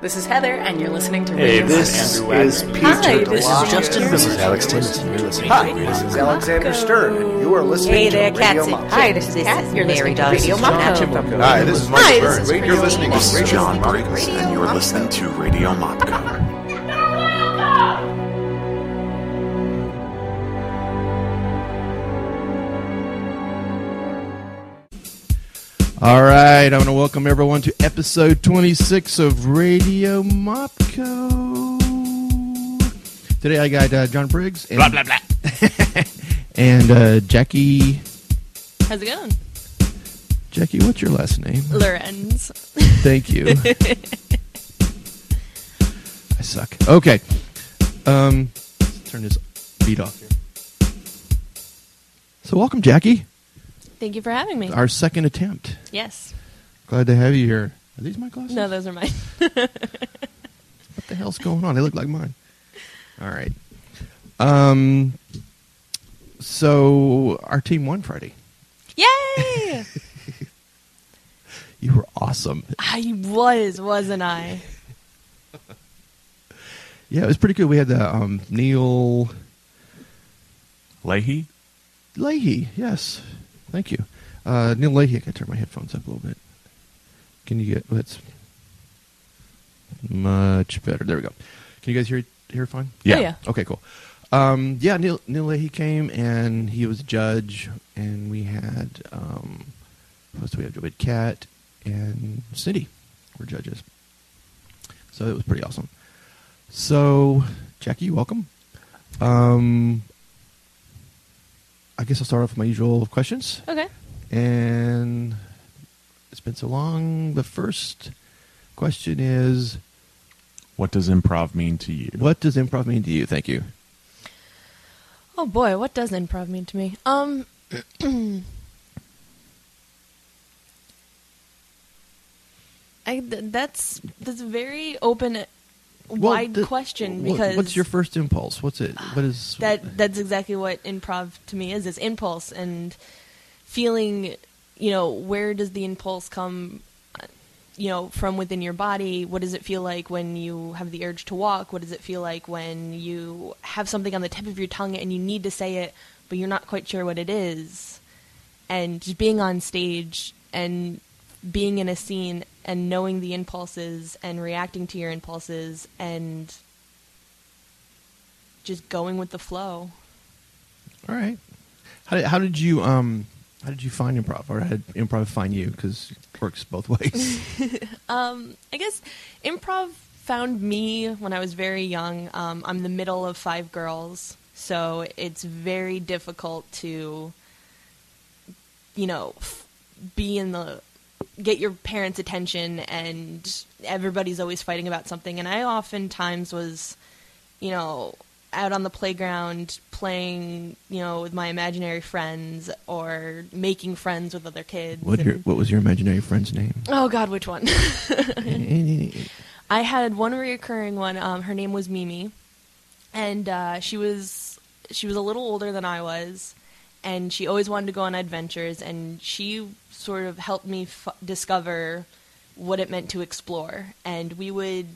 This is Heather, and you're listening to Hey, Radio this Wagner. is Andrew Peter Wagner. Hi, this is DeLocke. Justin This is Rivers. Alex Timmons, and you're listening Hi, to this is Radio Alexander Stern, and you are listening Hey to there, Radio cats and Monk. Hi, this is Kat. You're listening to Radio Mako. Hi, this is Hi, this is You're listening This to is Radio John Monk. Briggs, and you're listening to Radio Mopco. All right, I want to welcome everyone to episode 26 of Radio Mopco. Today I got uh, John Briggs and, Blah blah blah. and uh, Jackie. How's it going? Jackie, what's your last name? Lorenz. Thank you. I suck. Okay. Um, let's turn this beat off here. So, welcome, Jackie. Thank you for having me. Our second attempt. yes. Glad to have you here. Are these my glasses? No, those are mine. What the hell's going on? They look like mine. All right. Um. So our team won Friday. Yay! You were awesome. I was, wasn't I? Yeah, it was pretty good. We had the um, Neil Leahy? Leahy. Yes, thank you, uh, Neil Leahy. I can turn my headphones up a little bit. Can you get? That's much better. There we go. Can you guys hear hear fine? Yeah. Oh, yeah. Okay, cool. Um, yeah, Neil, Neil Leahy came and he was a judge, and we had um, who else do we have? We had Cat and Cindy were judges. So it was pretty awesome. So Jackie, welcome. Um, I guess I'll start off with my usual questions, Okay. and it's been so long. The first question is, What does improv mean to you? what does improv mean to you? Thank you. Oh boy, what does improv mean to me? Um I, th- that's that's a very open Well, wide the- question wha- because what's your first impulse? What's it? What is that that's exactly what improv to me is is impulse and feeling you know where does the impulse come uh, you know from within your body what does it feel like when you have the urge to walk what does it feel like when you have something on the tip of your tongue and you need to say it but you're not quite sure what it is and just being on stage and being in a scene and knowing the impulses and reacting to your impulses and just going with the flow All right. How did, how did you um how did you find improv or how did improv find you? Because it works both ways. I guess improv found me when I was very young. Um, I'm the middle of five girls, so it's very difficult to, you know, f- be in the get your parents' attention, and everybody's always fighting about something. And I oftentimes was, you know, out on the playground playing, you know, with my imaginary friends or making friends with other kids. what your, and- what was your imaginary friend's name? oh God, which one? I had one reoccurring one. Um, her name was Mimi, and uh, she was she was a little older than I was, and she always wanted to go on adventures. And she sort of helped me f- discover what it meant to explore. And we would,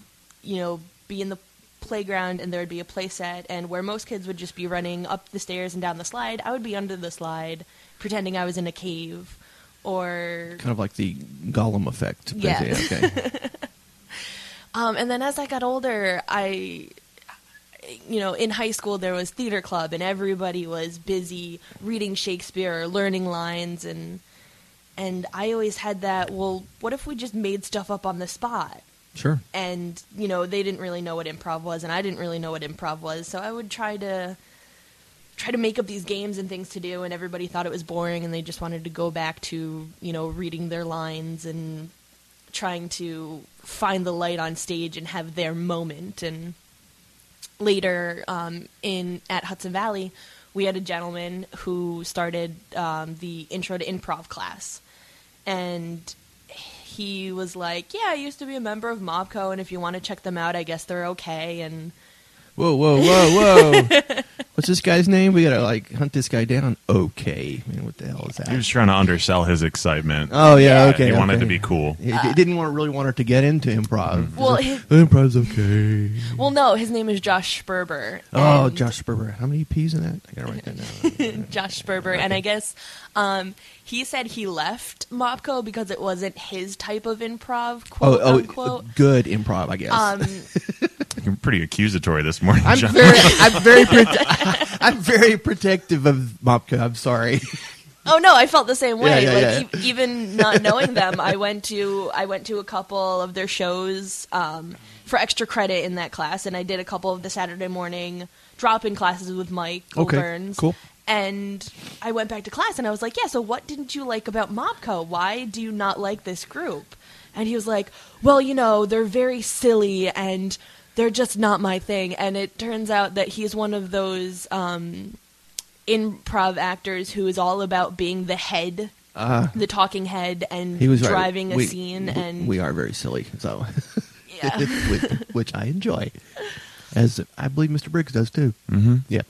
you know, be in the playground, and there would be a playset, and where most kids would just be running up the stairs and down the slide, I would be under the slide, pretending I was in a cave, or kind of like the Gollum effect. Yeah. basically. Okay. Um, and then as I got older, I, you know, in high school there was theater club, and everybody was busy reading Shakespeare or learning lines, and and I always had that. Well, what if we just made stuff up on the spot? sure. And you know, they didn't really know what improv was, and I didn't really know what improv was, so I would try to try to make up these games and things to do and everybody thought it was boring and they just wanted to go back to you know reading their lines and trying to find the light on stage and have their moment and later um, in at hudson valley we had a gentleman who started um, the intro to improv class and he was like yeah i used to be a member of mobco and if you want to check them out i guess they're okay and Whoa, whoa, whoa, whoa! What's this guy's name? We gotta like hunt this guy down. Okay, man, what the hell is that? He was trying to undersell his excitement. oh yeah, okay. He wanted okay. to be cool. Mm-hmm. He, he didn't want really want her to get into improv. Well, Just his- like, improv's okay. Well, no, his name is Josh Sperber. Oh, and- Josh Sperber. How many P's in that? I gotta write that down. Josh Sperber, and I guess um, he said he left Mopco because it wasn't his type of improv, oh, quote oh, uh, unquote. good improv, I guess. Um, You're pretty accusatory this morning, I'm John. very, I'm very, prote- I'm very protective of Mopka. I'm sorry. oh no, I felt the same way. Yeah, yeah, like E- even not knowing them, I went to I went to a couple of their shows um, for extra credit in that class, and I did a couple of the Saturday morning drop-in classes with Mike Okay, Burns. cool. And I went back to class and I was like, "Yeah, so what didn't you like about Mobco? Why do you not like this group?" And he was like, "Well, you know, they're very silly and they're just not my thing." And it turns out that he's one of those um, improv actors who is all about being the head, Uh, the talking head, and He was right. driving a We- scene. we- and we are very silly, so yeah, which, which I enjoy, as I believe Mr. Briggs does too. hmm Yeah.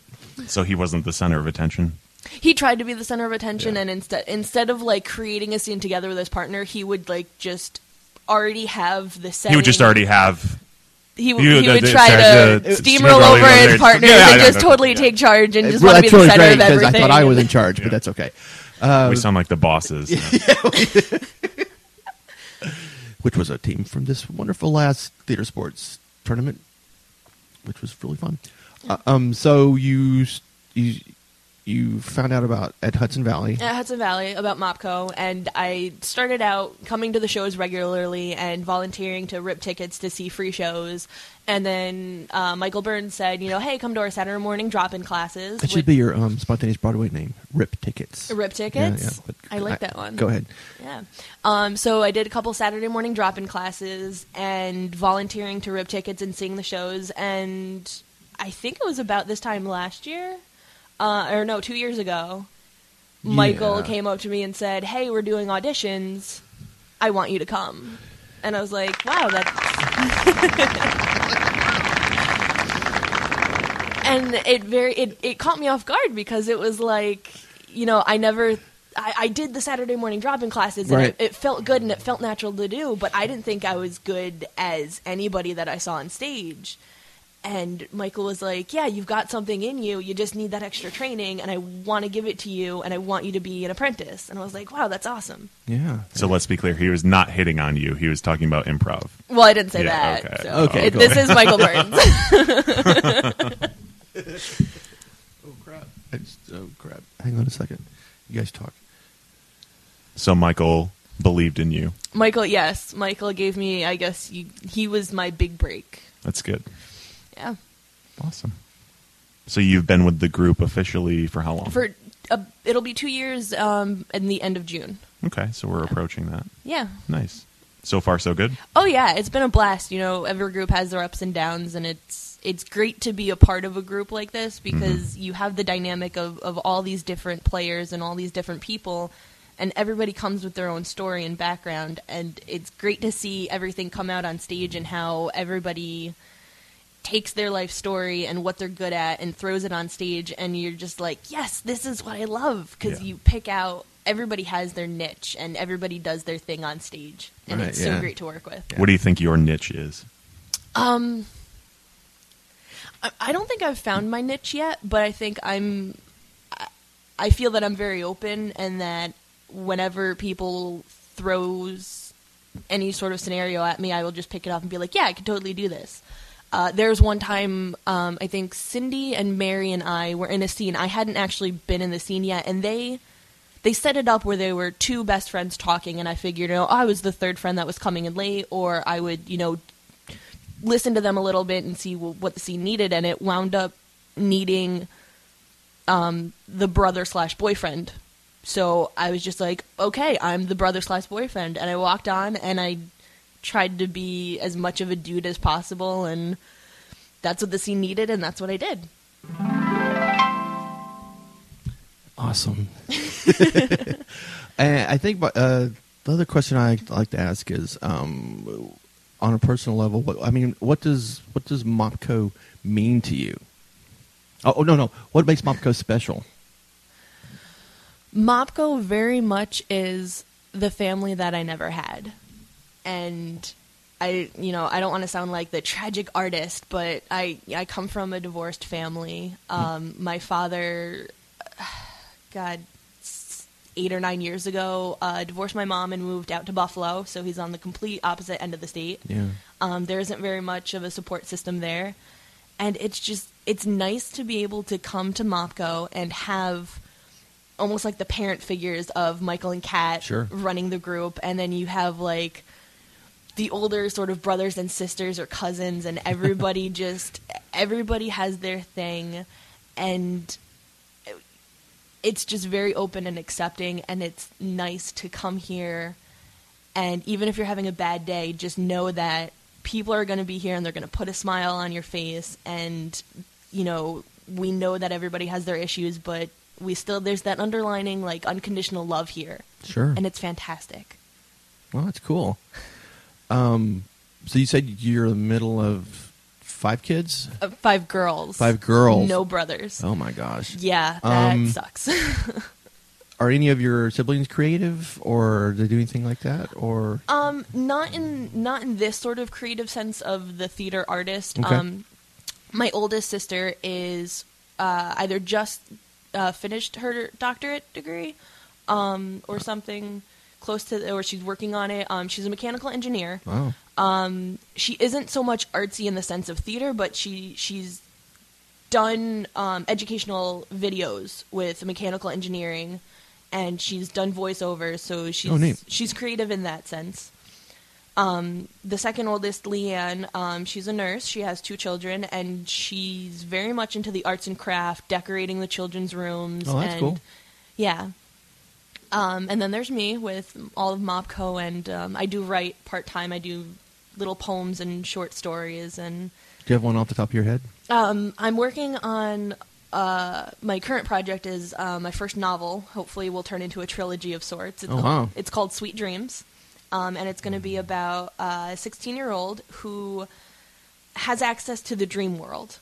So he wasn't the center of attention. he tried to be the center of attention, Yeah. and instead instead of like creating a scene together with his partner, he would like just already have the setting. He would just already have. he, You- w he the- would the- try to sorry, the- steamroll steamroll over over his it. partners Yeah, I and know, just that's- totally yeah. take charge and just Well, want to be the that's really center great of because I everything. thought I was in charge, but that's okay. Uh, we sound like the bosses. Which was a team from this wonderful last theater sports tournament, which was really fun. Uh, um, so you s- you you found out about at Hudson Valley. at Hudson Valley about Mopco, and I started out coming to the shows regularly and volunteering to rip tickets to see free shows. And then uh, Michael Burns said, you know, hey, come to our Saturday morning drop-in classes. That should with be your um, spontaneous Broadway name, Rip Tickets. Rip Yeah, tickets. yeah, but- I like that one. Go ahead. Yeah. Um, so I did a couple Saturday morning drop in classes and volunteering to rip tickets and seeing the shows. And I think it was about this time last year, uh, or no, two years ago, Michael Yeah. came up to me and said, Hey, we're doing auditions. I want you to come. And I was like, Wow, that. and it very it, it caught me off guard because it was like you know i never i, I did the saturday morning drop-in classes and Right. it, it felt good and it felt natural to do but i didn't think i was good as anybody that i saw on stage and michael was like yeah you've got something in you you just need that extra training and i want to give it to you and i want you to be an apprentice and i was like wow that's awesome Yeah. So let's be clear. He was not hitting on you. He was talking about improv. well i didn't say Yeah, that okay. so. Okay, It- go this ahead. is michael burns Oh crap! I just, oh crap! Hang on a second. You guys talk. So Michael believed in you. michael yes michael gave me i guess you, he was my big break That's good. yeah Awesome. So you've been with the group officially for how long? for uh, it'll be two years um, in the end of June. okay, so we're approaching that. Yeah. Nice. So far, so good. Oh yeah, it's been a blast. You know, every group has their ups and downs, and it's it's great to be a part of a group like this because you have the dynamic of of all these different players and all these different people. And everybody comes with their own story and background, and it's great to see everything come out on stage and how everybody takes their life story and what they're good at and throws it on stage and you're just like yes this is what i love because Yeah. you pick out everybody has their niche and everybody does their thing on stage and Right, it's yeah. so great to work with What do you think your niche is? um I, I don't think i've found my niche yet but i think i'm I- i feel that i'm very open and that whenever people throws any sort of scenario at me, I will just pick it up and be like, yeah, I could totally do this. Uh, there's one time, um, I think Cindy and Mary and I were in a scene. I hadn't actually been in the scene yet, and they they set it up where they were two best friends talking, and I figured, you know, I was the third friend that was coming in late, or I would, you know, listen to them a little bit and see w- what the scene needed, and it wound up needing um, the brother slash boyfriend so I was just like, okay, I'm the brother slash boyfriend, and I walked on and I tried to be as much of a dude as possible, and that's what the scene needed, and that's what I did. Awesome. and I think uh, the other question I like to ask is, um, on a personal level, what I mean, what does what does Mopco mean to you? Oh, oh, no, no. What makes Mopco special? Mopco very much is the family that I never had. And I, you know, I don't want to sound like the tragic artist, but I I come from a divorced family. Um, my father God, s- eight or nine years ago, uh, divorced my mom and moved out to Buffalo. So he's on the complete opposite end of the state. Yeah. Um, there isn't very much of a support system there. And it's just, it's nice to be able to come to Mopco and have almost like the parent figures of Michael and Kat Sure. running the group. And then you have like the older sort of brothers and sisters or cousins, and everybody just, everybody has their thing. And it's just very open and accepting and it's nice to come here and even if you're having a bad day just know that people are going to be here and they're going to put a smile on your face and you know we know that everybody has their issues but we still there's that underlining like unconditional love here Sure. and it's fantastic Well, that's cool. Um, so you said you're the middle of five kids? uh, five girls Five girls. no brothers Oh my gosh. yeah that Um, sucks Are any of your siblings creative or do they do anything like that or Um, not in not in this sort of creative sense of the theater artist. Okay. Um, my oldest sister is uh, either just uh, finished her doctorate degree, um, or something close to, or she's working on it. Um, she's a mechanical engineer. Wow. She isn't so much artsy in the sense of theater, but she she's done um, educational videos with mechanical engineering, and she's done voiceovers. So she's Oh, neat. she's creative in that sense. Um, the second oldest, Leanne, um, she's a nurse. She has two children, and she's very much into the arts and craft, decorating the children's rooms. Oh, that's and, cool. Yeah. Um, and then there's me with all of Mopco, and um, I do write part time. I do little poems and short stories, and Do you have one off the top of your head? um, I'm working on uh, my current project is uh, my first novel. Hopefully, will turn into a trilogy of sorts. It's, Oh, wow. it's called Sweet Dreams, um, and it's going to be about uh, a 16 year old who has access to the dream world,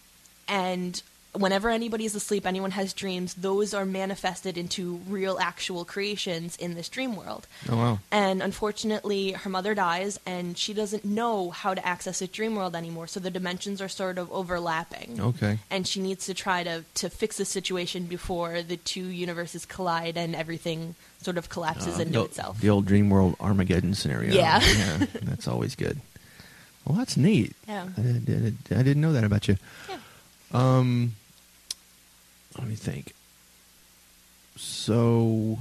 and whenever anybody is asleep, anyone has dreams. Those are manifested into real, actual creations in this dream world. Oh wow. And unfortunately, her mother dies, and she doesn't know how to access a dream world anymore. So the dimensions are sort of overlapping. Okay. And she needs to try to, to fix the situation before the two universes collide and everything sort of collapses into Uh, the, itself. the old dream world Armageddon scenario. Yeah. yeah. That's always good. Well, that's neat. Yeah. I, did, I didn't know that about you. Yeah. Um, let me think. So,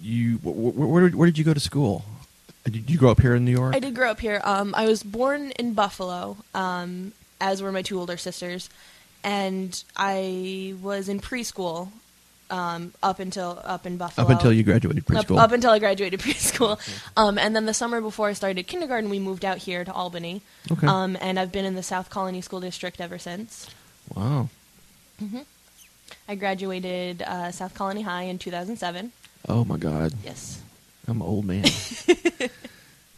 you wh- wh- where did, where did you go to school? Uh, Did you grow up here in New York? I did grow up here. Um, I was born in Buffalo, um, as were my two older sisters, and I was in preschool um, up until up in Buffalo. Up until you graduated Up, preschool. up until I graduated preschool. Um, and then the summer before I started kindergarten, we moved out here to Albany. Okay. Um, and I've been in the South Colony School District ever since. wow. I graduated uh, South Colony High in 2007. Oh my God. Yes. I'm an old man.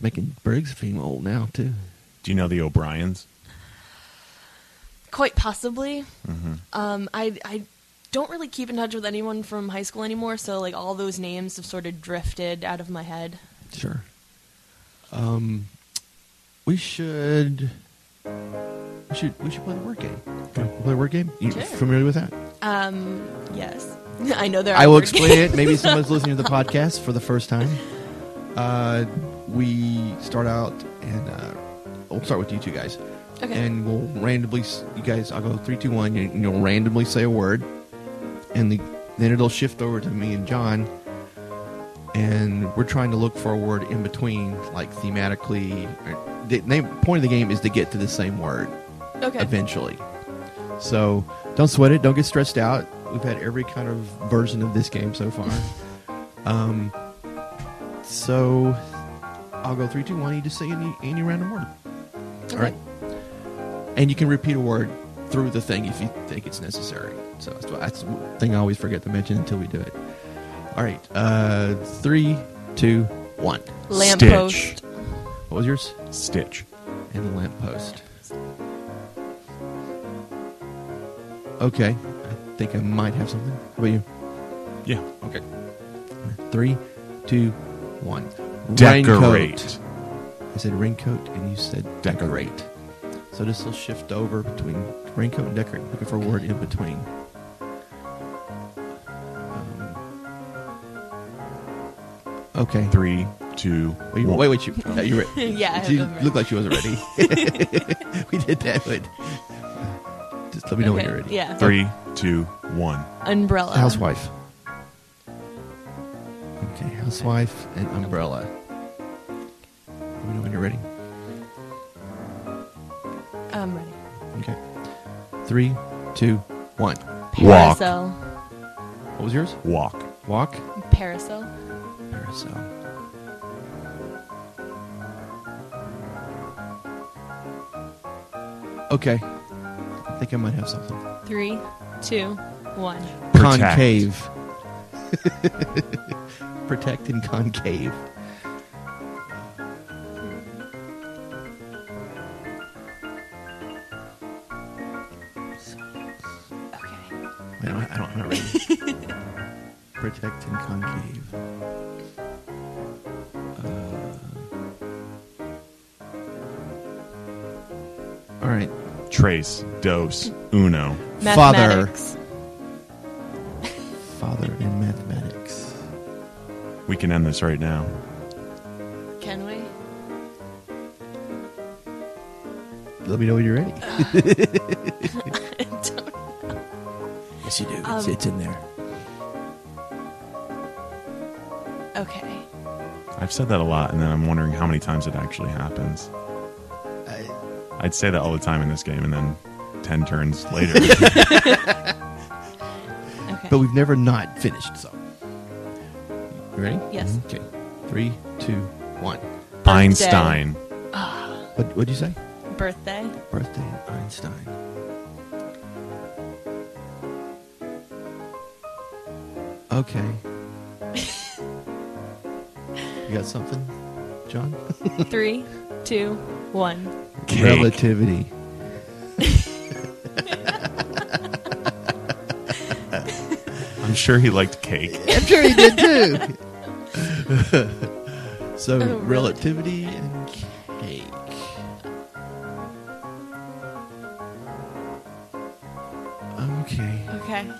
Making Briggs seem old now too. Do you know the O'Briens? Quite possibly. Mm-hmm. Um, I, I don't really keep in touch with anyone from high school anymore, so like all those names have sort of drifted out of my head. Sure. Um, we should. We should. We should play the word game. Can we Play the word game. You Sure. familiar with that? Um, yes. I know there are I will word explain games. it. Maybe someone's listening to the podcast for the first time. Uh, we start out and uh, we'll start with you two guys. Okay. And we'll randomly, s- you guys, I'll go three, two, one, and you'll randomly say a word, and the, then it'll shift over to me and John, and we're trying to look for a word in between, like thematically. Or, the name, point of the game is to get to the same word Okay. eventually. So don't sweat it. Don't get stressed out. We've had every kind of version of this game so far. um, so I'll go three, two, one. You just say any any random word. All right. And you can repeat a word through the thing if you think it's necessary. So that's, why- that's the thing I always forget to mention until we do it. All right. Uh, three, two, one. Lamppost. What was yours? Stitch. Stitch. And lamppost. Okay. I think I might have something. How about you? Yeah. Okay. Three, two, one. Decorate. Raincoat. I said raincoat, and you said decorate. So this will shift over between raincoat and decorate. Looking for a word in between. Um, Okay. Three, two, Wait, one. wait, wait, you, yeah, you, were- Yeah, I you remember. look like she wasn't ready. we did that, but just let me know when Okay, you're ready. Uh, yeah. Three, two, one. Umbrella. Housewife. Okay, housewife and umbrella. Let me know when you're ready. I'm ready. Okay. Three, two, one. Walk. Parasol. What was yours? Walk. Walk. Parasol. Parasol. Okay. I think I might have something. Three, two, one. Protect. Concave. Protect and concave. Okay. I don't, I don't, I'm not ready. Protect and concave. Uh, all right. Trace. Dose. Uno. Father. Mathematics. Father in mathematics. We can end this right now. Can we? Let me know when you're ready. Don't- Yes, you do. It's, Um, it's in there. okay. I've said that a lot, and then I'm wondering how many times it actually happens. I'd say that all the time in this game, and then 10 turns later. Okay. But we've never not finished, so. You ready? Yes. Okay. Three, two, one. Einstein. What, what'd you say? Birthday. Birthday of Einstein. Okay. you got something, John? Three, two, one. Cake. Relativity. I'm sure he liked cake. I'm sure you did too. so Oh, relativity and cake. Okay. Okay.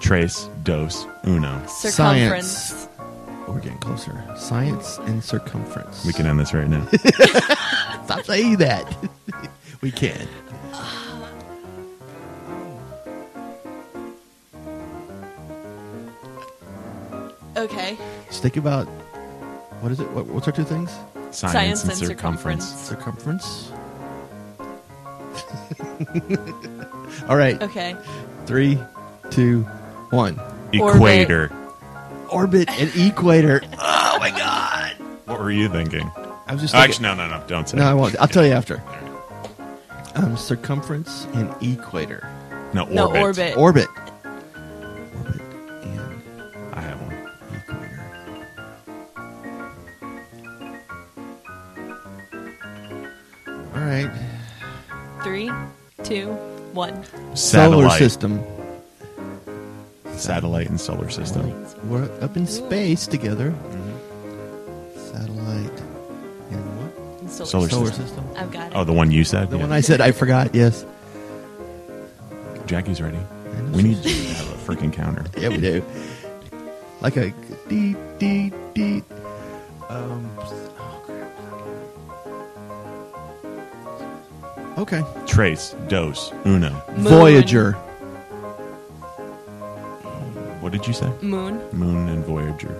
Trace. Dose. Uno. Circumference. Science. We're getting closer. Science and circumference. We can end this right now. Stop saying that. we can. Okay. Just think about what is it? What, what's our two things? Science, Science and, and circumference. circumference. Circumference. All right. Okay. Three, two, one. Orbit. Equator. Orbit and equator. What were you thinking? I was just Oh, thinking, actually, no, no, no. Don't say No, I it. won't. I'll tell you after. Um, circumference and equator. No, orbit. No, orbit. Orbit. Orbit and I have one. equator. All right. Three, two, one. Satellite. Solar system. Satellite and solar system. We're up in space together. Satellite and what? And Solar. Solar Solar system. system. I've got it. Oh, the one you said? The Yeah. one I said I forgot. Yes. Jackie's ready. know We need she's- to have a freaking counter. Yeah, we do. Like a dee dee dee. Um. oh, crap. Okay. Trace. Dose. Uno. Moon. Voyager. What did you say? Moon. Moon and Voyager.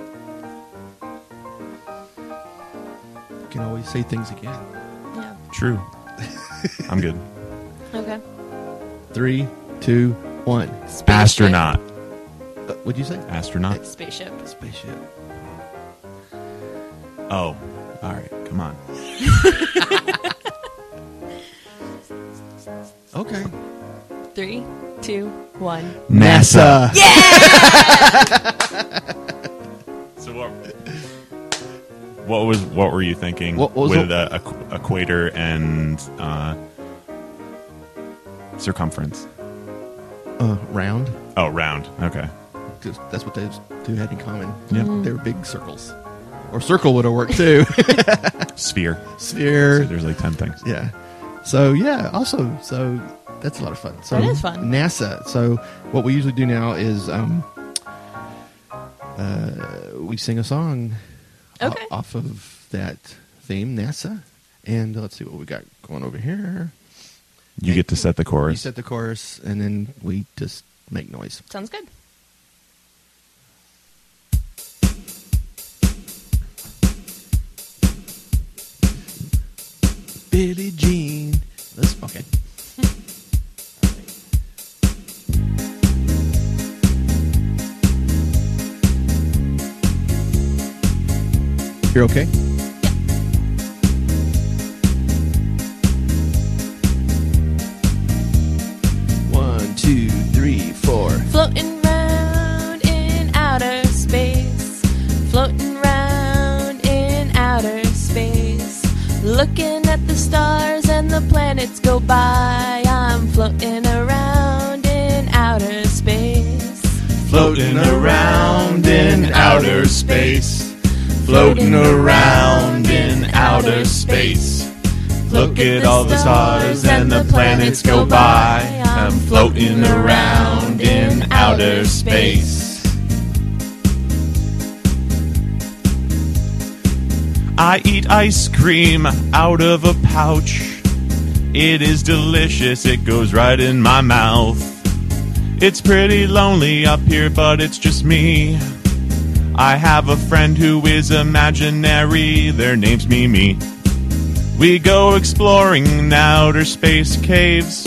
You can always say things again. Yeah. True. I'm good. Okay. Three, two, one. Spaceship. Astronaut. Uh, what'd you say? Astronaut. Spaceship. Spaceship. Oh, all right. Come on. Okay. Three, two, one. NASA. So what? What was? What were you thinking What- what was with the- uh, equ- equator and uh, circumference? Uh, round, Oh, round. Okay. 'cause that's what those two had in common. Yep. Mm-hmm. They were big circles. Or circle would have worked too. Sphere. Sphere. There's like 10 things. Yeah. So yeah, also so that's a lot of fun. So That is fun. NASA. So what we usually do now is um, uh, we sing a song o- Okay. off of that theme, NASA. And let's see what we got going over here. You get to set the We chorus. set the chorus, and then we just make noise. Sounds good. Billie Jean. Let's okay. You're okay. One, two, three, four. Floating round in outer space. Floating round in outer space. Looking at the stars and the planets go by. I'm floating around in outer space. Floating around in outer space. Floating around in outer space. Look at all the stars and the planets go by. Um, I'm floating around in outer space. I eat ice cream out of a pouch. It is delicious, it goes right in my mouth. It's pretty lonely up here, but it's just me. I have a friend who is imaginary, their name's Mimi. We go exploring in outer space caves.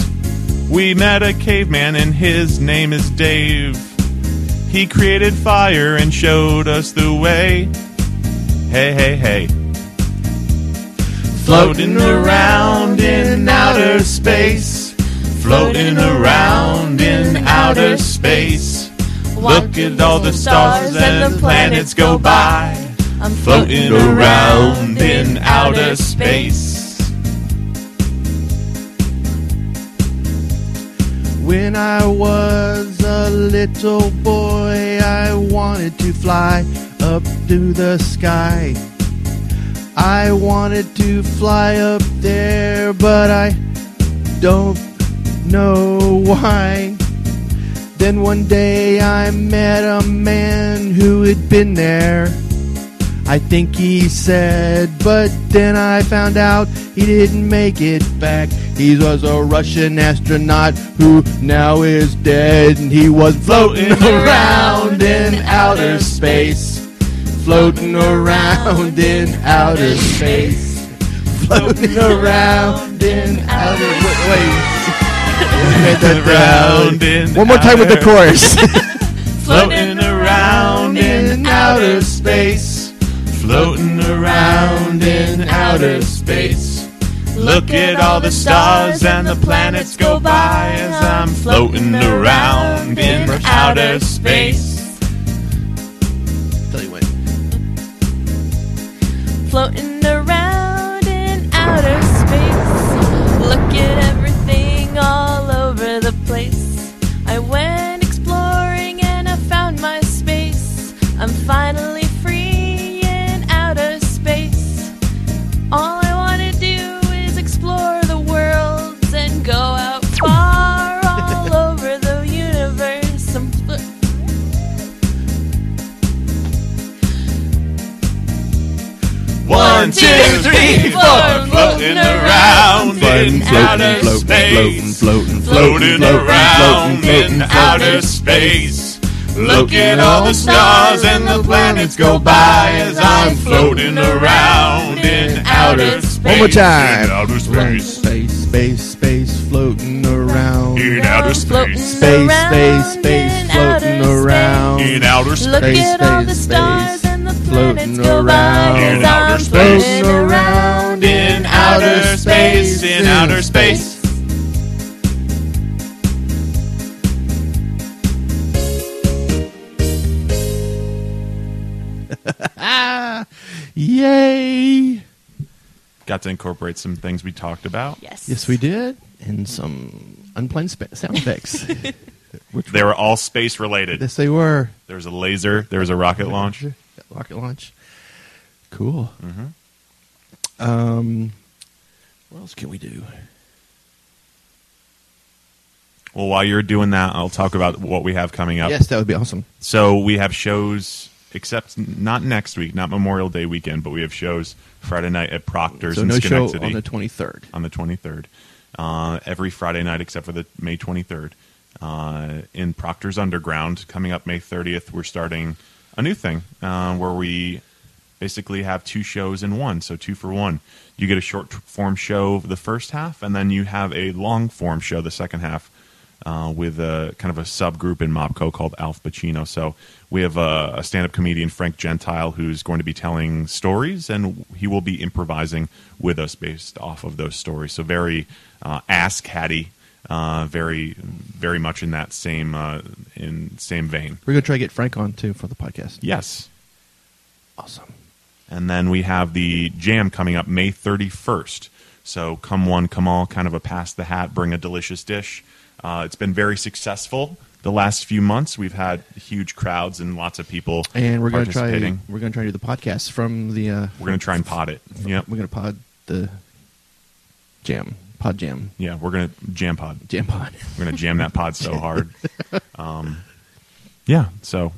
We met a caveman, and his name is Dave. He created fire and showed us the way. Hey, hey, hey. Floating around in outer space. Floating around in outer space. Look at all the stars and the planets go by. I'm Floating around in outer space. When I was a little boy, I wanted to fly up to the sky. I wanted to fly up there, but I don't know why. Then one day I met a man who had been there. I think he said, but then I found out he didn't make it back. He was a Russian astronaut who now is dead, and he was floating around in outer space. Floating around in outer space. Floating around in outer. Wait, wait. Around in One more time with the outer- chorus. Floating around in outer space. Floating around in outer space. Look at all the stars and the planets go by as I'm floating around in outer space. Tell you what. floating around in outer space. Look at everything all over the place. I went exploring and I found my space. I'm finally free in outer space. All I want to do is explore the worlds and go out far all over the universe. I'm flo- One, two, three, four. Floating around in outer space. floating, Floating around in outer space. Look at all the stars and the planets go by as I'm floating around in outer space. One more time. In outer space. Space, space, space, floating around. In outer space. Space, Around space, space, in floating outer around. In outer Look space. Space, at all the space, stars space. and the Floating planets go by around as in outer I'm space. floating Floating around In outer space. In outer space. Ah, Yay! Got to incorporate some things we talked about. Yes. Yes, we did. And some unplanned spa- sound effects. Which They were all space related. Yes, they were. There was a laser. There was a rocket launch. Rocket launch. Cool. Mm-hmm. Um, what else can we do? Well, while you're doing that, I'll talk about what we have coming up. Yes, that would be awesome. So we have shows, except not next week, not Memorial Day weekend, but we have shows Friday night at Proctor's so in no show Schenectady on the 23rd. on the 23rd. Uh, every Friday night except for the May 23rd uh, in Proctor's Underground. Coming up May 30th, we're starting a new thing uh, where we basically have two shows in one, so two for one. You get a short form show the first half, and then you have a long form show the second half. Uh, with a kind of a subgroup in Mopco called Alf Pacino. So we have a, a stand-up comedian Frank Gentile who's going to be telling stories, and he will be improvising with us based off of those stories. So very uh, ass catty, uh, very very much in that same uh, in same vein. We're going to try to get Frank on too for the podcast. Yes, Awesome. And then we have the jam coming up May 31st. So come one, come all, kind of a pass the hat, bring a delicious dish. Uh, it's been very successful the last few months. We've had huge crowds and lots of people And we're going to try. participating. We're going to try to do the podcast from the. Uh, We're going to try and pot it. Yep. We're going to pod the jam. Pod jam. Yeah, we're going to jam pod. Jam pod. We're going to jam that pod so hard. Um, yeah, so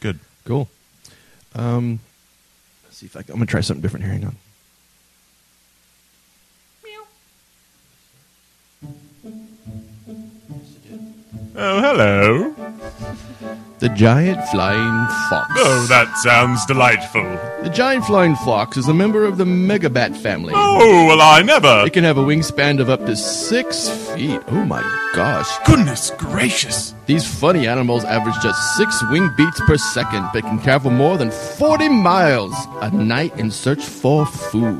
good. Cool. Um, let's see if I can, I'm going to try something different here. Hang on. Oh, hello. The giant flying fox. Oh, that sounds delightful. The giant flying fox is a member of the megabat family. Oh, well, I never. It can have a wingspan of up to six feet. Oh my gosh. Goodness gracious. These funny animals average just six wing beats per second, but can travel more than 40 miles a night and search for food.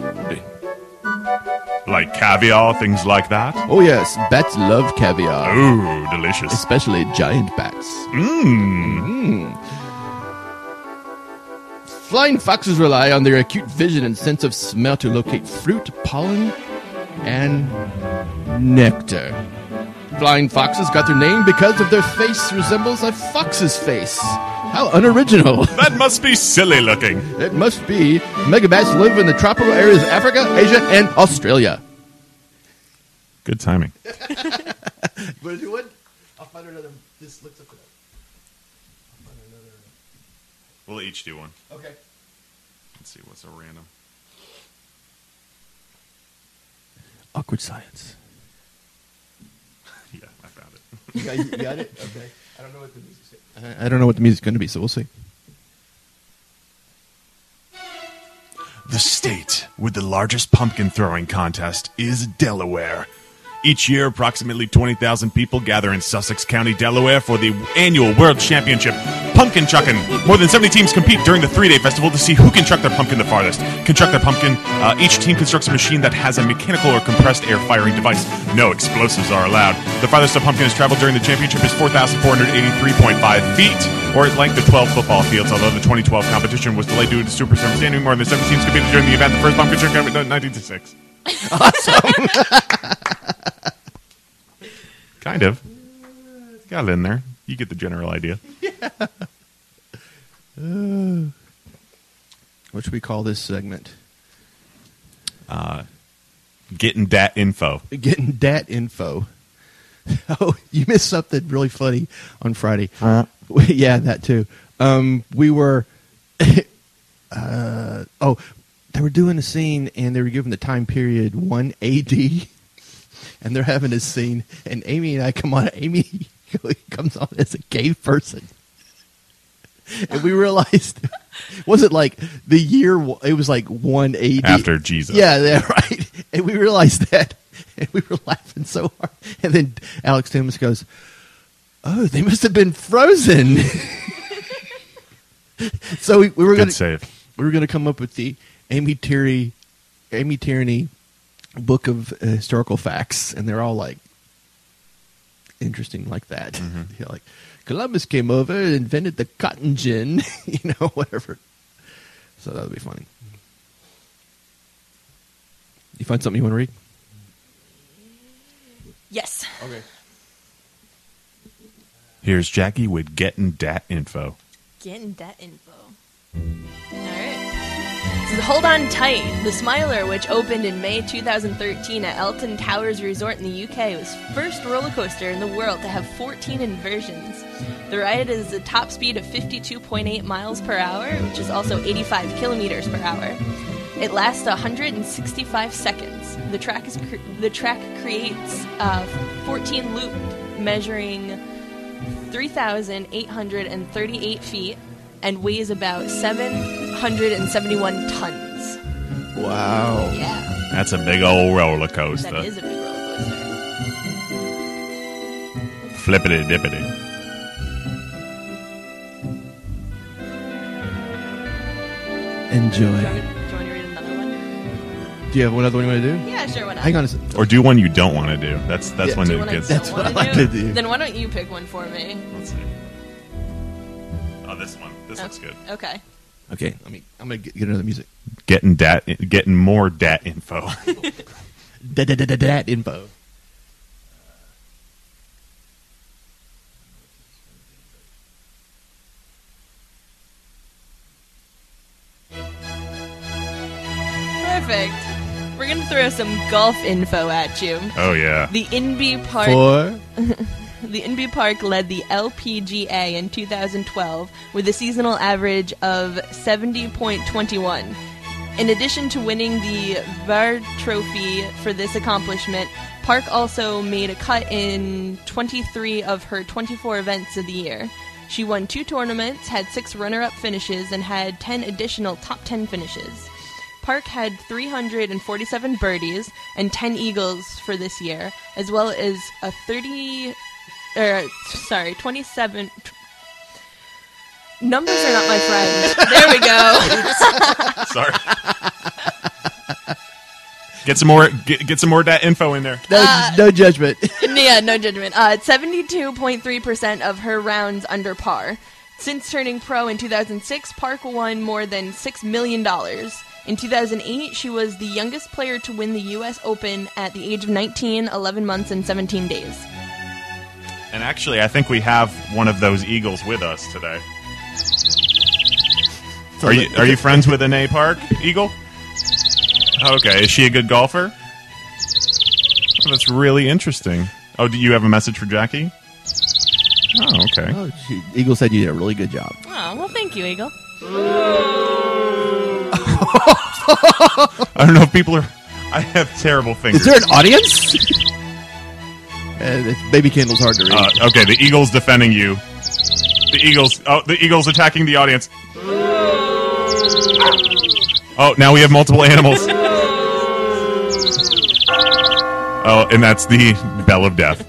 Like caviar, things like that. Oh yes, bats love caviar. Oh, delicious. especially giant bats. Mmm. Flying foxes rely on their acute vision and sense of smell to locate fruit, pollen, and nectar. Flying foxes got their name because of their face resembles a fox's face. How unoriginal. That must be silly looking. It must be. Megabats live in the tropical areas of Africa, Asia, and Australia. Good timing. But if you would, I'll find another. This looks up to We'll each do one. Okay. Let's see what's a random. Awkward science. Yeah, I found it. got it? Okay. I don't know what the music's I don't know what the music's going to be, so we'll see. The state with the largest pumpkin throwing contest is Delaware. Each year, approximately 20,000 people gather in Sussex County, Delaware for the annual World Championship Pumpkin Chuckin'. More than 70 teams compete during the three day festival to see who can chuck their pumpkin the farthest. Can chuck their pumpkin, uh, each team constructs a machine that has a mechanical or compressed air firing device. No explosives are allowed. The farthest a pumpkin has traveled during the championship is 4,483.5 feet, or its length of 12 football fields, although the 2012 competition was delayed due to superstorm standing. More than 70 teams competed during the event. The first pumpkin chuck in 1906. Kind of. Got it in there. You get the general idea. What should we call this segment? Getting that info. Getting dat info. Oh, you missed something really funny on Friday. yeah, that too. Um, we were, uh, oh, they were doing a scene and they were given the time period 1 AD. And they're having a scene, and Amy and I come on. Amy comes on as a gay person. and we realized was it like the year it was like 180 After Jesus. yeah yeah right and we realized that and we were laughing so hard and then alex Thomas goes oh they must have been frozen so we, we were Good going to save. we were going to come up with the amy tierney amy tierney book of uh, historical facts and they're all like interesting like that you know, like columbus came over and invented the cotton gin you know whatever so that would be funny you find something you want to read Yes. okay Here's Jackie with getting dat info. Getting that info. Alright. This is Hold On Tight, The Smiler, which opened in May 2013 at Elton Towers Resort in the UK, was first roller coaster in the world to have 14 inversions. The ride is a top speed of 52.8 miles per hour, which is also 85 kilometers per hour. It lasts 165 seconds. The track is cr- the track creates a 14 loop measuring 3,838 feet and weighs about 771 tons. Wow. Yeah, That's a big old roller coaster. that is a big roller coaster. Flippity dippity. Do you, want me, do Enjoy. you want to read another one? Do you have one other one you want to do? Yeah, sure, why not? Hang on a second. Or do one you don't want to do. That's that's Yeah, when Do it one I gets. don't That's wanna what I wanted to do. Then why don't you pick one for me? Let's see. Oh, this one. This looks good. Okay. Okay, let me. I'm gonna get, get another music. Getting dat, getting more dat info. Da da da da da info. Perfect. We're going to throw some golf info at you. oh yeah. The Inby Park Four. The Inby Park led the LPGA in 2012 with a seasonal average of 70.21. In addition to winning the VAR Trophy for this accomplishment, Park also made a cut in 23 of her 24 events of the year. She won two tournaments, had six runner up finishes, and had 10 additional top 10 finishes. Park had 347 birdies and 10 eagles for this year, as well as a 30 er, sorry, 27. T- Numbers are not my friend. There we go. Sorry. get some more. Get, get some more dat info in there. No, no judgment. yeah, no judgment. Uh, 72.3% of her rounds under par. Since turning pro in 2006, Park won more than $6 million. In 2008, she was the youngest player to win the U.S. Open at the age of 19, 11 months, and 17 days. And actually, I think we have one of those eagles with us today. Are you are you friends with an A Park Eagle? Okay, is she a good golfer? Oh, that's really interesting. Oh, do you have a message for Jackie? Oh, okay. Oh, she, Eagle said you did a really good job. Oh, well, thank you, Eagle. I don't know if people are. I have terrible Is fingers. there an audience? and it's baby Kindle's hard to read. Uh, okay, the Eagles defending you. The Eagles. Oh, the Eagles attacking the audience. Oh, now we have multiple animals. Oh, and that's the bell of death.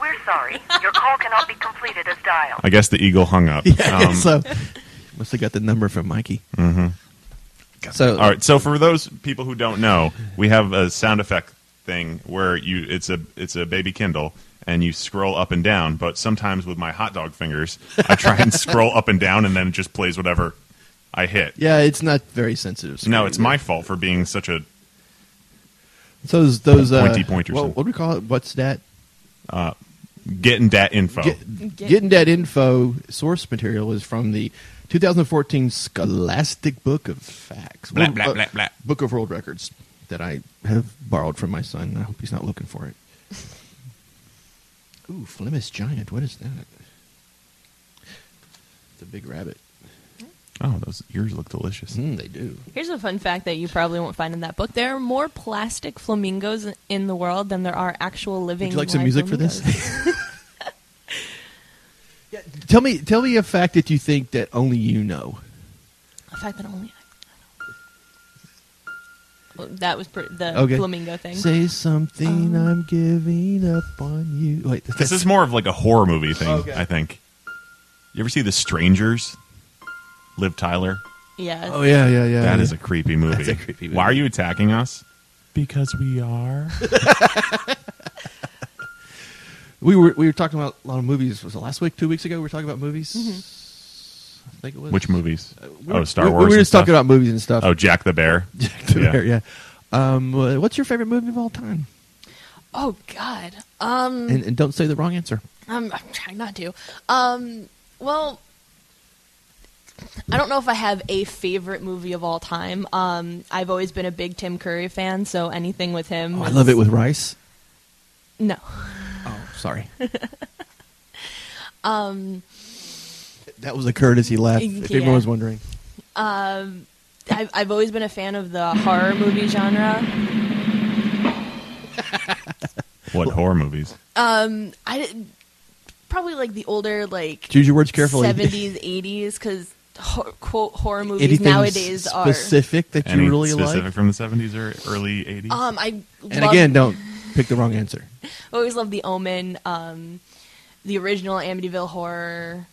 We're sorry. Your call cannot be completed as dialed. I guess the eagle hung up. Um, yeah, I guess so must have got the number from Mikey. Mm-hmm. So All right. So for those people who don't know, we have a sound effect thing where you it's a it's a baby Kindle and you scroll up and down. But sometimes with my hot dog fingers, I try and scroll up and down, and then it just plays whatever I hit. yeah, it's not very sensitive. No, screen. it's my fault for being such a So those those uh, Pointy pointers. What, what do we call it? What's that? getting that info. Get, getting that info source material is from the 2014 Scholastic Book of Facts, Blah, Well, blah, uh, blah, blah. Book of World Records that I have borrowed from my son. I hope he's not looking for it. Ooh, Flemish giant. What is that? It's a big rabbit. oh, those ears look delicious. Mm, they do. Here's a fun fact that you probably won't find in that book. There are more plastic flamingos in the world than there are actual living. Would you like some live music for flamingos. this? yeah, tell me, tell me a fact that you think that only you know. the fact that only. Well, that was pr- the Okay. flamingo thing. Um, Say something. I'm giving up on you. Wait, This is more of like a horror movie thing, Okay. I think. You ever see The Strangers? Liv Tyler. yeah. Oh yeah, yeah, yeah. That yeah. is a creepy movie. That's a creepy movie. Why are you attacking us? Because we are. We were we were talking about a lot of movies. Was it last week? Two weeks ago? We were talking about movies. Mm-hmm. I think it was. Which movies? We were- oh, Star we- Wars. We were and just talking stuff? about movies and stuff. Oh, Jack the Bear. Jack the yeah. Bear, yeah. Um, uh, what's your favorite movie of all time? Oh God. Mm. Um, And, and don't say the wrong answer. I'm, I'm trying not to. Um, well, I don't know if I have a favorite movie of all time. Um, I've always been a big Tim Curry fan, so anything with him. Oh, I is- love it with rice. No. Oh, sorry. Um, um, that was a courtesy laugh. If Yeah. everyone was wondering, Um, I've, I've always been a fan of the horror movie genre. What horror movies? Um, I did- probably like the older like choose your words carefully. seventies, eighties, because ho- quote horror movies Anything nowadays are. specific that you Any really specific like? from the seventies or early eighties? Um, I And love- again, don't pick the wrong answer. I always loved The Omen, um, the original Amityville Horror.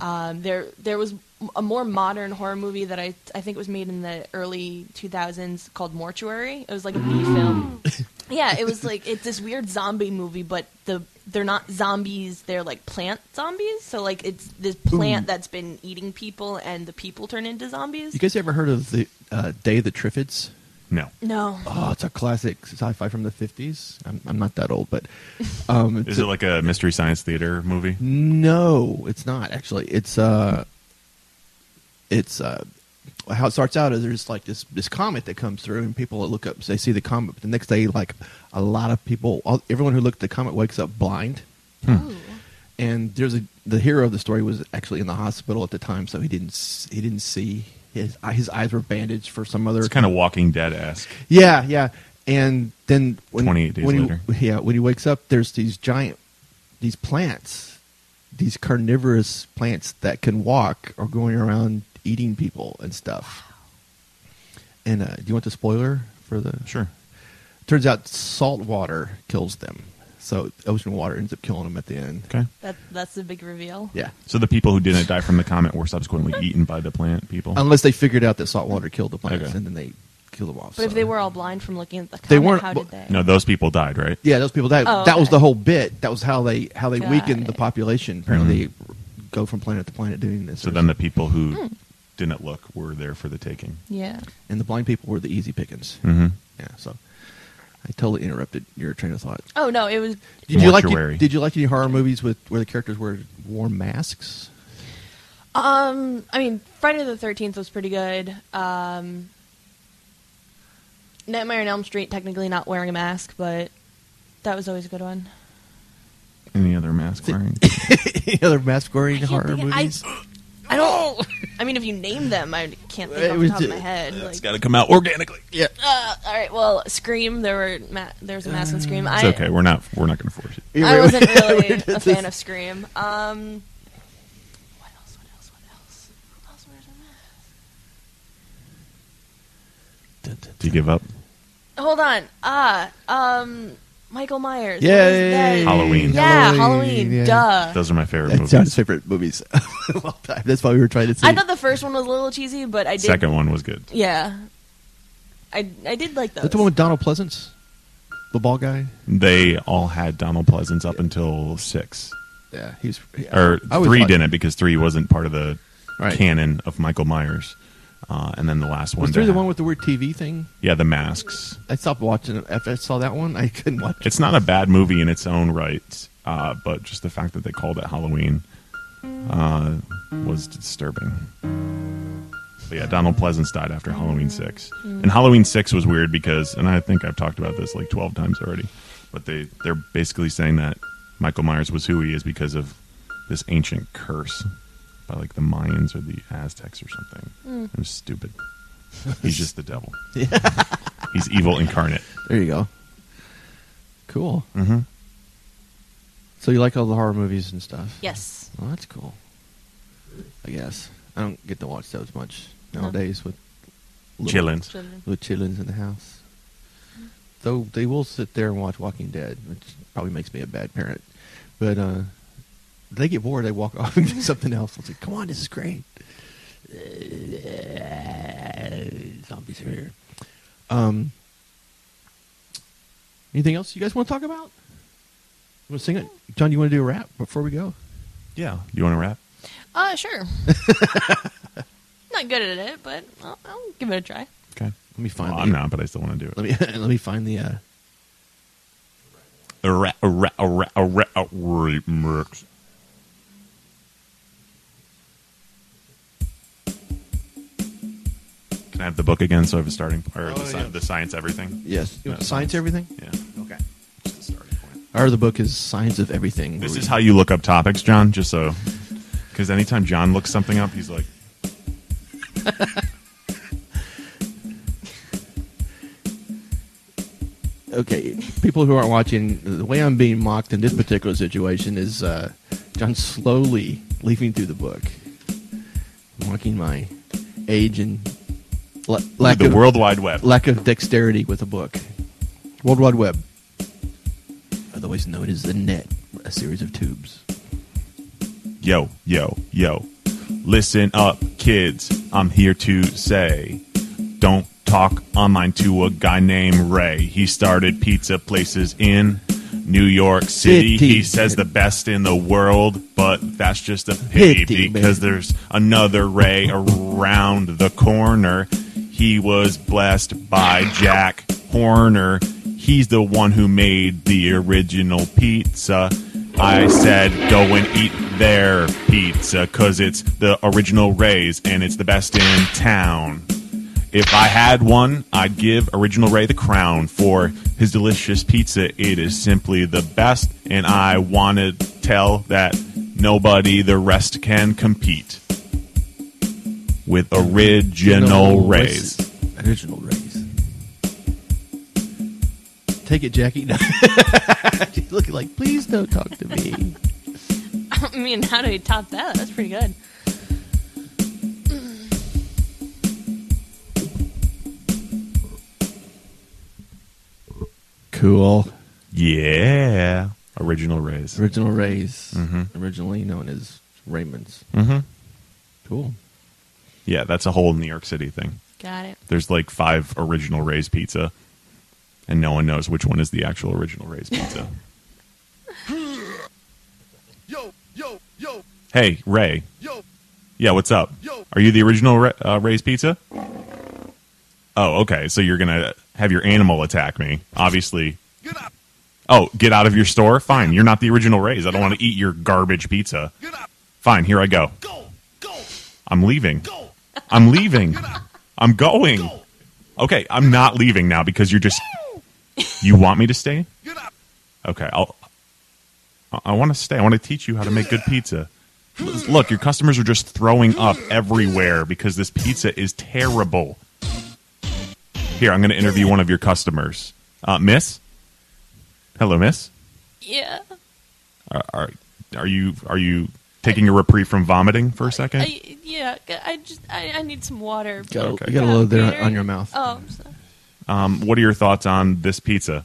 Um, there, there was a more modern horror movie that I, I think was made in the early 2000s called Mortuary. It was like a B Mm. film. yeah, it was like it's this weird zombie movie, but the they're not zombies; they're like plant zombies. So like it's this plant that's been eating people, and the people turn into zombies. You guys ever heard of the uh, Day of the Triffids? no, no, Oh, it's a classic sci-fi from the fifties. I'm, I'm not that old, but um, it's is it like a mystery science theater movie? No, it's not actually. It's uh, it's uh, how it starts out is there's like this this comet that comes through and people look up, they see the comet. But the next day, like a lot of people, all, everyone who looked at the comet wakes up blind. And there's a the hero of the story was actually in the hospital at the time, so he didn't s- he didn't see his his eyes were bandaged for some other It's kind of Walking Dead esque. yeah, yeah. And then when 28 days when he- later. yeah, when he wakes up, there's these giant, these plants, these carnivorous plants that can walk are going around eating people and stuff. And uh, do you want the spoiler for the? Sure. Turns out salt water kills them, so ocean water ends up killing them at the end. Okay. that that's the big reveal. Yeah, So the people who didn't die from the comet were subsequently eaten by the plant people. unless they figured out that salt water killed the plants, Okay. and then they killed them off. But if so- they were all blind from looking at the comet, They weren't- how did they? no, those people died, right? Yeah, those people died. Oh, That was okay. the whole bit. That was how they how they Got weakened it. the population. Apparently, they go from planet to planet doing this. Mm-hmm. So or then the something. people who didn't look were there for the taking. Yeah. and the blind people were the easy pickings. Mm-hmm. Yeah, so I totally interrupted your train of thought. Oh no, it was Did you like Mortuary. did you like any horror movies with where the characters wear wore masks? Um, I mean, Friday the Thirteenth was pretty good. Um, Nightmare on Elm Street, technically not wearing a mask, but that was always a good one. Any other mask wearing? any other mask wearing can't horror think of- I- movies? I don't. I mean, if you name them, I can't It think off the was top of my ju- head. It's Like, got to come out organically. yeah. uh, all right, well, Scream. There were ma- there was a Mm. mask in Scream. It's I, okay. We're not. We're not going to force it. I wasn't really We a did fan this. of Scream. Um, what else? What else? What else? Who else wears a mask? Do you give up? Hold on. Ah, um, Michael Myers. What Yeah, is that? Halloween. Yeah, Halloween. yeah. Duh. Those are my favorite That's movies. one of his favorite movies of all time. That's why we were trying to see. I thought the first one was a little cheesy, but I did. Second one was good. Yeah. I I did like those. That's the one with Donald Pleasance, the ball guy. They all had Donald Pleasance up until six, Yeah, he was. or I always three liked- didn't because three wasn't part of the Right. canon of Michael Myers. Uh, and then the last one. Was to there the have- one with the weird TV thing? yeah the masks? I stopped watching it after I saw that one. I couldn't watch. It's not a bad movie in its own right, uh, but just the fact that they called it Halloween uh, was disturbing. But yeah, Donald Pleasance died after Halloween 6. And Halloween 6 was weird because, and I think I've talked about this like 12 times already, but they, they're basically saying that Michael Myers was who he is because of this ancient curse by like the Mayans or the Aztecs or something. It was stupid. He's just the devil. He's evil incarnate. There you go. Cool. Mm-hmm. So you like all the horror movies and stuff? Yes. Well, that's cool. I guess I don't get to watch those much nowadays with little- Chillin'. with chillins in the house. Though they will sit there and watch Walking Dead, which probably makes me a bad parent. But uh, they get bored, they walk off and do something else. It's like, come on, this is great. Zombies are here. Um, anything else you guys want to talk about? You want to sing it? John, you want to do a rap before we go? Yeah. You want to rap? Uh, sure. Not good at it, but I'll, I'll give it a try. Okay. Let me find Well, the, I'm not, but I still want to do it. Let me, let me find the. Uh, ra- ra- ra- ra- ra- remix. Can I have the book again so I have a starting or the, Oh, sci- yeah. the science everything? Yes. You want No, to science everything? Yeah. Okay. Just the starting point. Or the book is Science of Everything. This where is we- how you look up topics, John, just so. Because anytime John looks something up, he's like, Okay, people who aren't watching, the way I'm being mocked in this particular situation is uh, John slowly leafing through the book, marking my age and la- lack the of World Wide Web. lack of dexterity with a book. World Wide Web, otherwise known as the net, a series of tubes. Yo, yo, yo. Listen up, kids. I'm here to say don't talk online to a guy named Ray. He started pizza places in New York City. City. He says the best in the world, but that's just a pity Pity, because man. there's another Ray around the corner. He was blessed by Jack Horner. He's the one who made the original pizza. I said, go and eat their pizza because it's the original Ray's and it's the best in town. If I had one, I'd give Original Ray the crown for his delicious pizza. It is simply the best, and I want to tell that nobody the rest can compete with Original Ray's. Original rays. Take it, Jackie. No. She's looking like, please don't talk to me. I mean, how do we top that? That's pretty good. cool. Yeah, Original Ray's. Original Rays, originally known as Raymond's. hmm Cool. Yeah, that's a whole New York City thing. Got it. There's like five Original Ray's pizza, and no one knows which one is the actual Original Ray's pizza. Yo, yo, yo, hey, Ray. yo, Yeah, what's up? Yo. Are you the original Ra- uh, Ray's Pizza? Oh, okay. So you're gonna have your animal attack me? Obviously. get up, Oh, get out of your store. Fine. You're not the original Ray's. I don't want to eat your garbage pizza. get up, Fine. Here I go. go, go, I'm leaving. go, I'm leaving. get up, I'm going. go, Okay. I'm not leaving now because you're just. You want me to stay? get up, Okay. I'll. I- I want to stay. I want to teach you how to make good pizza. L- Look, your customers are just throwing up everywhere because this pizza is terrible. Here, I'm going to interview one of your customers. Uh, miss? Hello, miss. Yeah. Are, are, are you are you taking a reprieve from vomiting for a second? I, yeah. I just I, I need some water. Got a, Okay. you got a Yeah, little there Gatorade. on your mouth. Oh, I'm sorry. um, what are your thoughts on this pizza?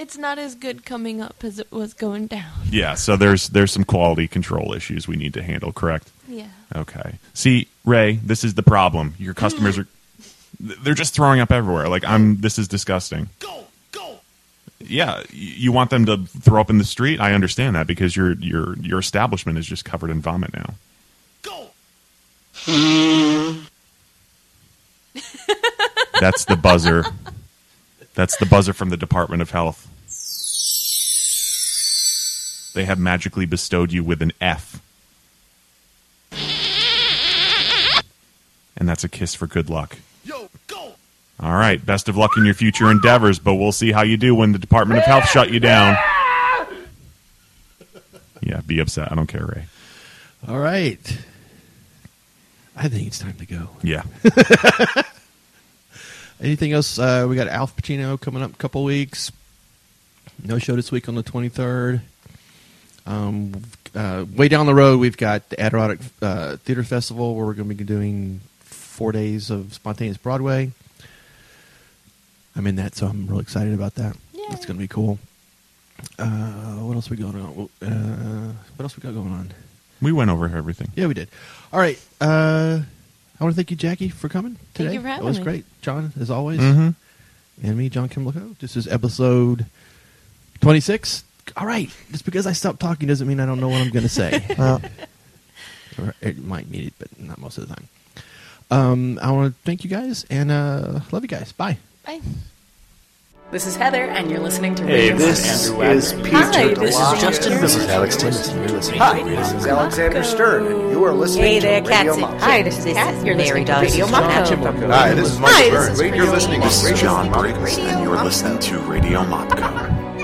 it's not as good coming up as it was going down. Yeah, so there's there's some quality control issues we need to handle, correct? Yeah. Okay. See, Ray, this is the problem. Your customers are they're just throwing up everywhere. Like I'm this is disgusting. go, go, Yeah, y- you want them to throw up in the street? I understand that because your your your establishment is just covered in vomit now. go. That's the buzzer. That's the buzzer from the Department of Health. They have magically bestowed you with an F. And that's a kiss for good luck. Yo, go, All right, best of luck in your future endeavors, but we'll see how you do when the Department of Health shut you down. Yeah, be upset. I don't care, Ray. All right. I think it's time to go. Yeah. Anything else? Uh, we got Alf Pacino coming up in a couple weeks. No show this week on the 23rd. Um, uh, way down the road, we've got the Adirondack uh, Theater Festival where we're going to be doing four days of spontaneous Broadway. I'm in that, so I'm really excited about that. It's going to be cool. Uh, what else we got on? Uh, what else we got going on? We went over everything. Yeah, we did. All right. Uh, I want to thank you, Jackie, for coming today. you for having It was me. great. John, as always, Mm-hmm. and me, John Kimlico. This is episode 26. All right. Just because I stopped talking doesn't mean I don't know what I'm going to say. Or it might need it, but not most of the time. Um, I want to thank you guys and uh, love you guys. Bye. Bye. This is Heather, and you're listening to Hey, Radio this Monk. Andrew is Wagner. Peter Hi, this is DeLonge. Justin This is Rivers. Alex Timmons, and you're listening Hi, to Radio this is Monk. Alexander Stern, and you are listening Hey to there, Radio cats. Monk. Hi, this is Cat, you're Mary listening to Dawson. Radio Monk. Chipmunk. Hi, this is Michael Hi, this Burns. is You're listening to This is Radio John Monk. Briggs, and you're listening to Radio Mopco.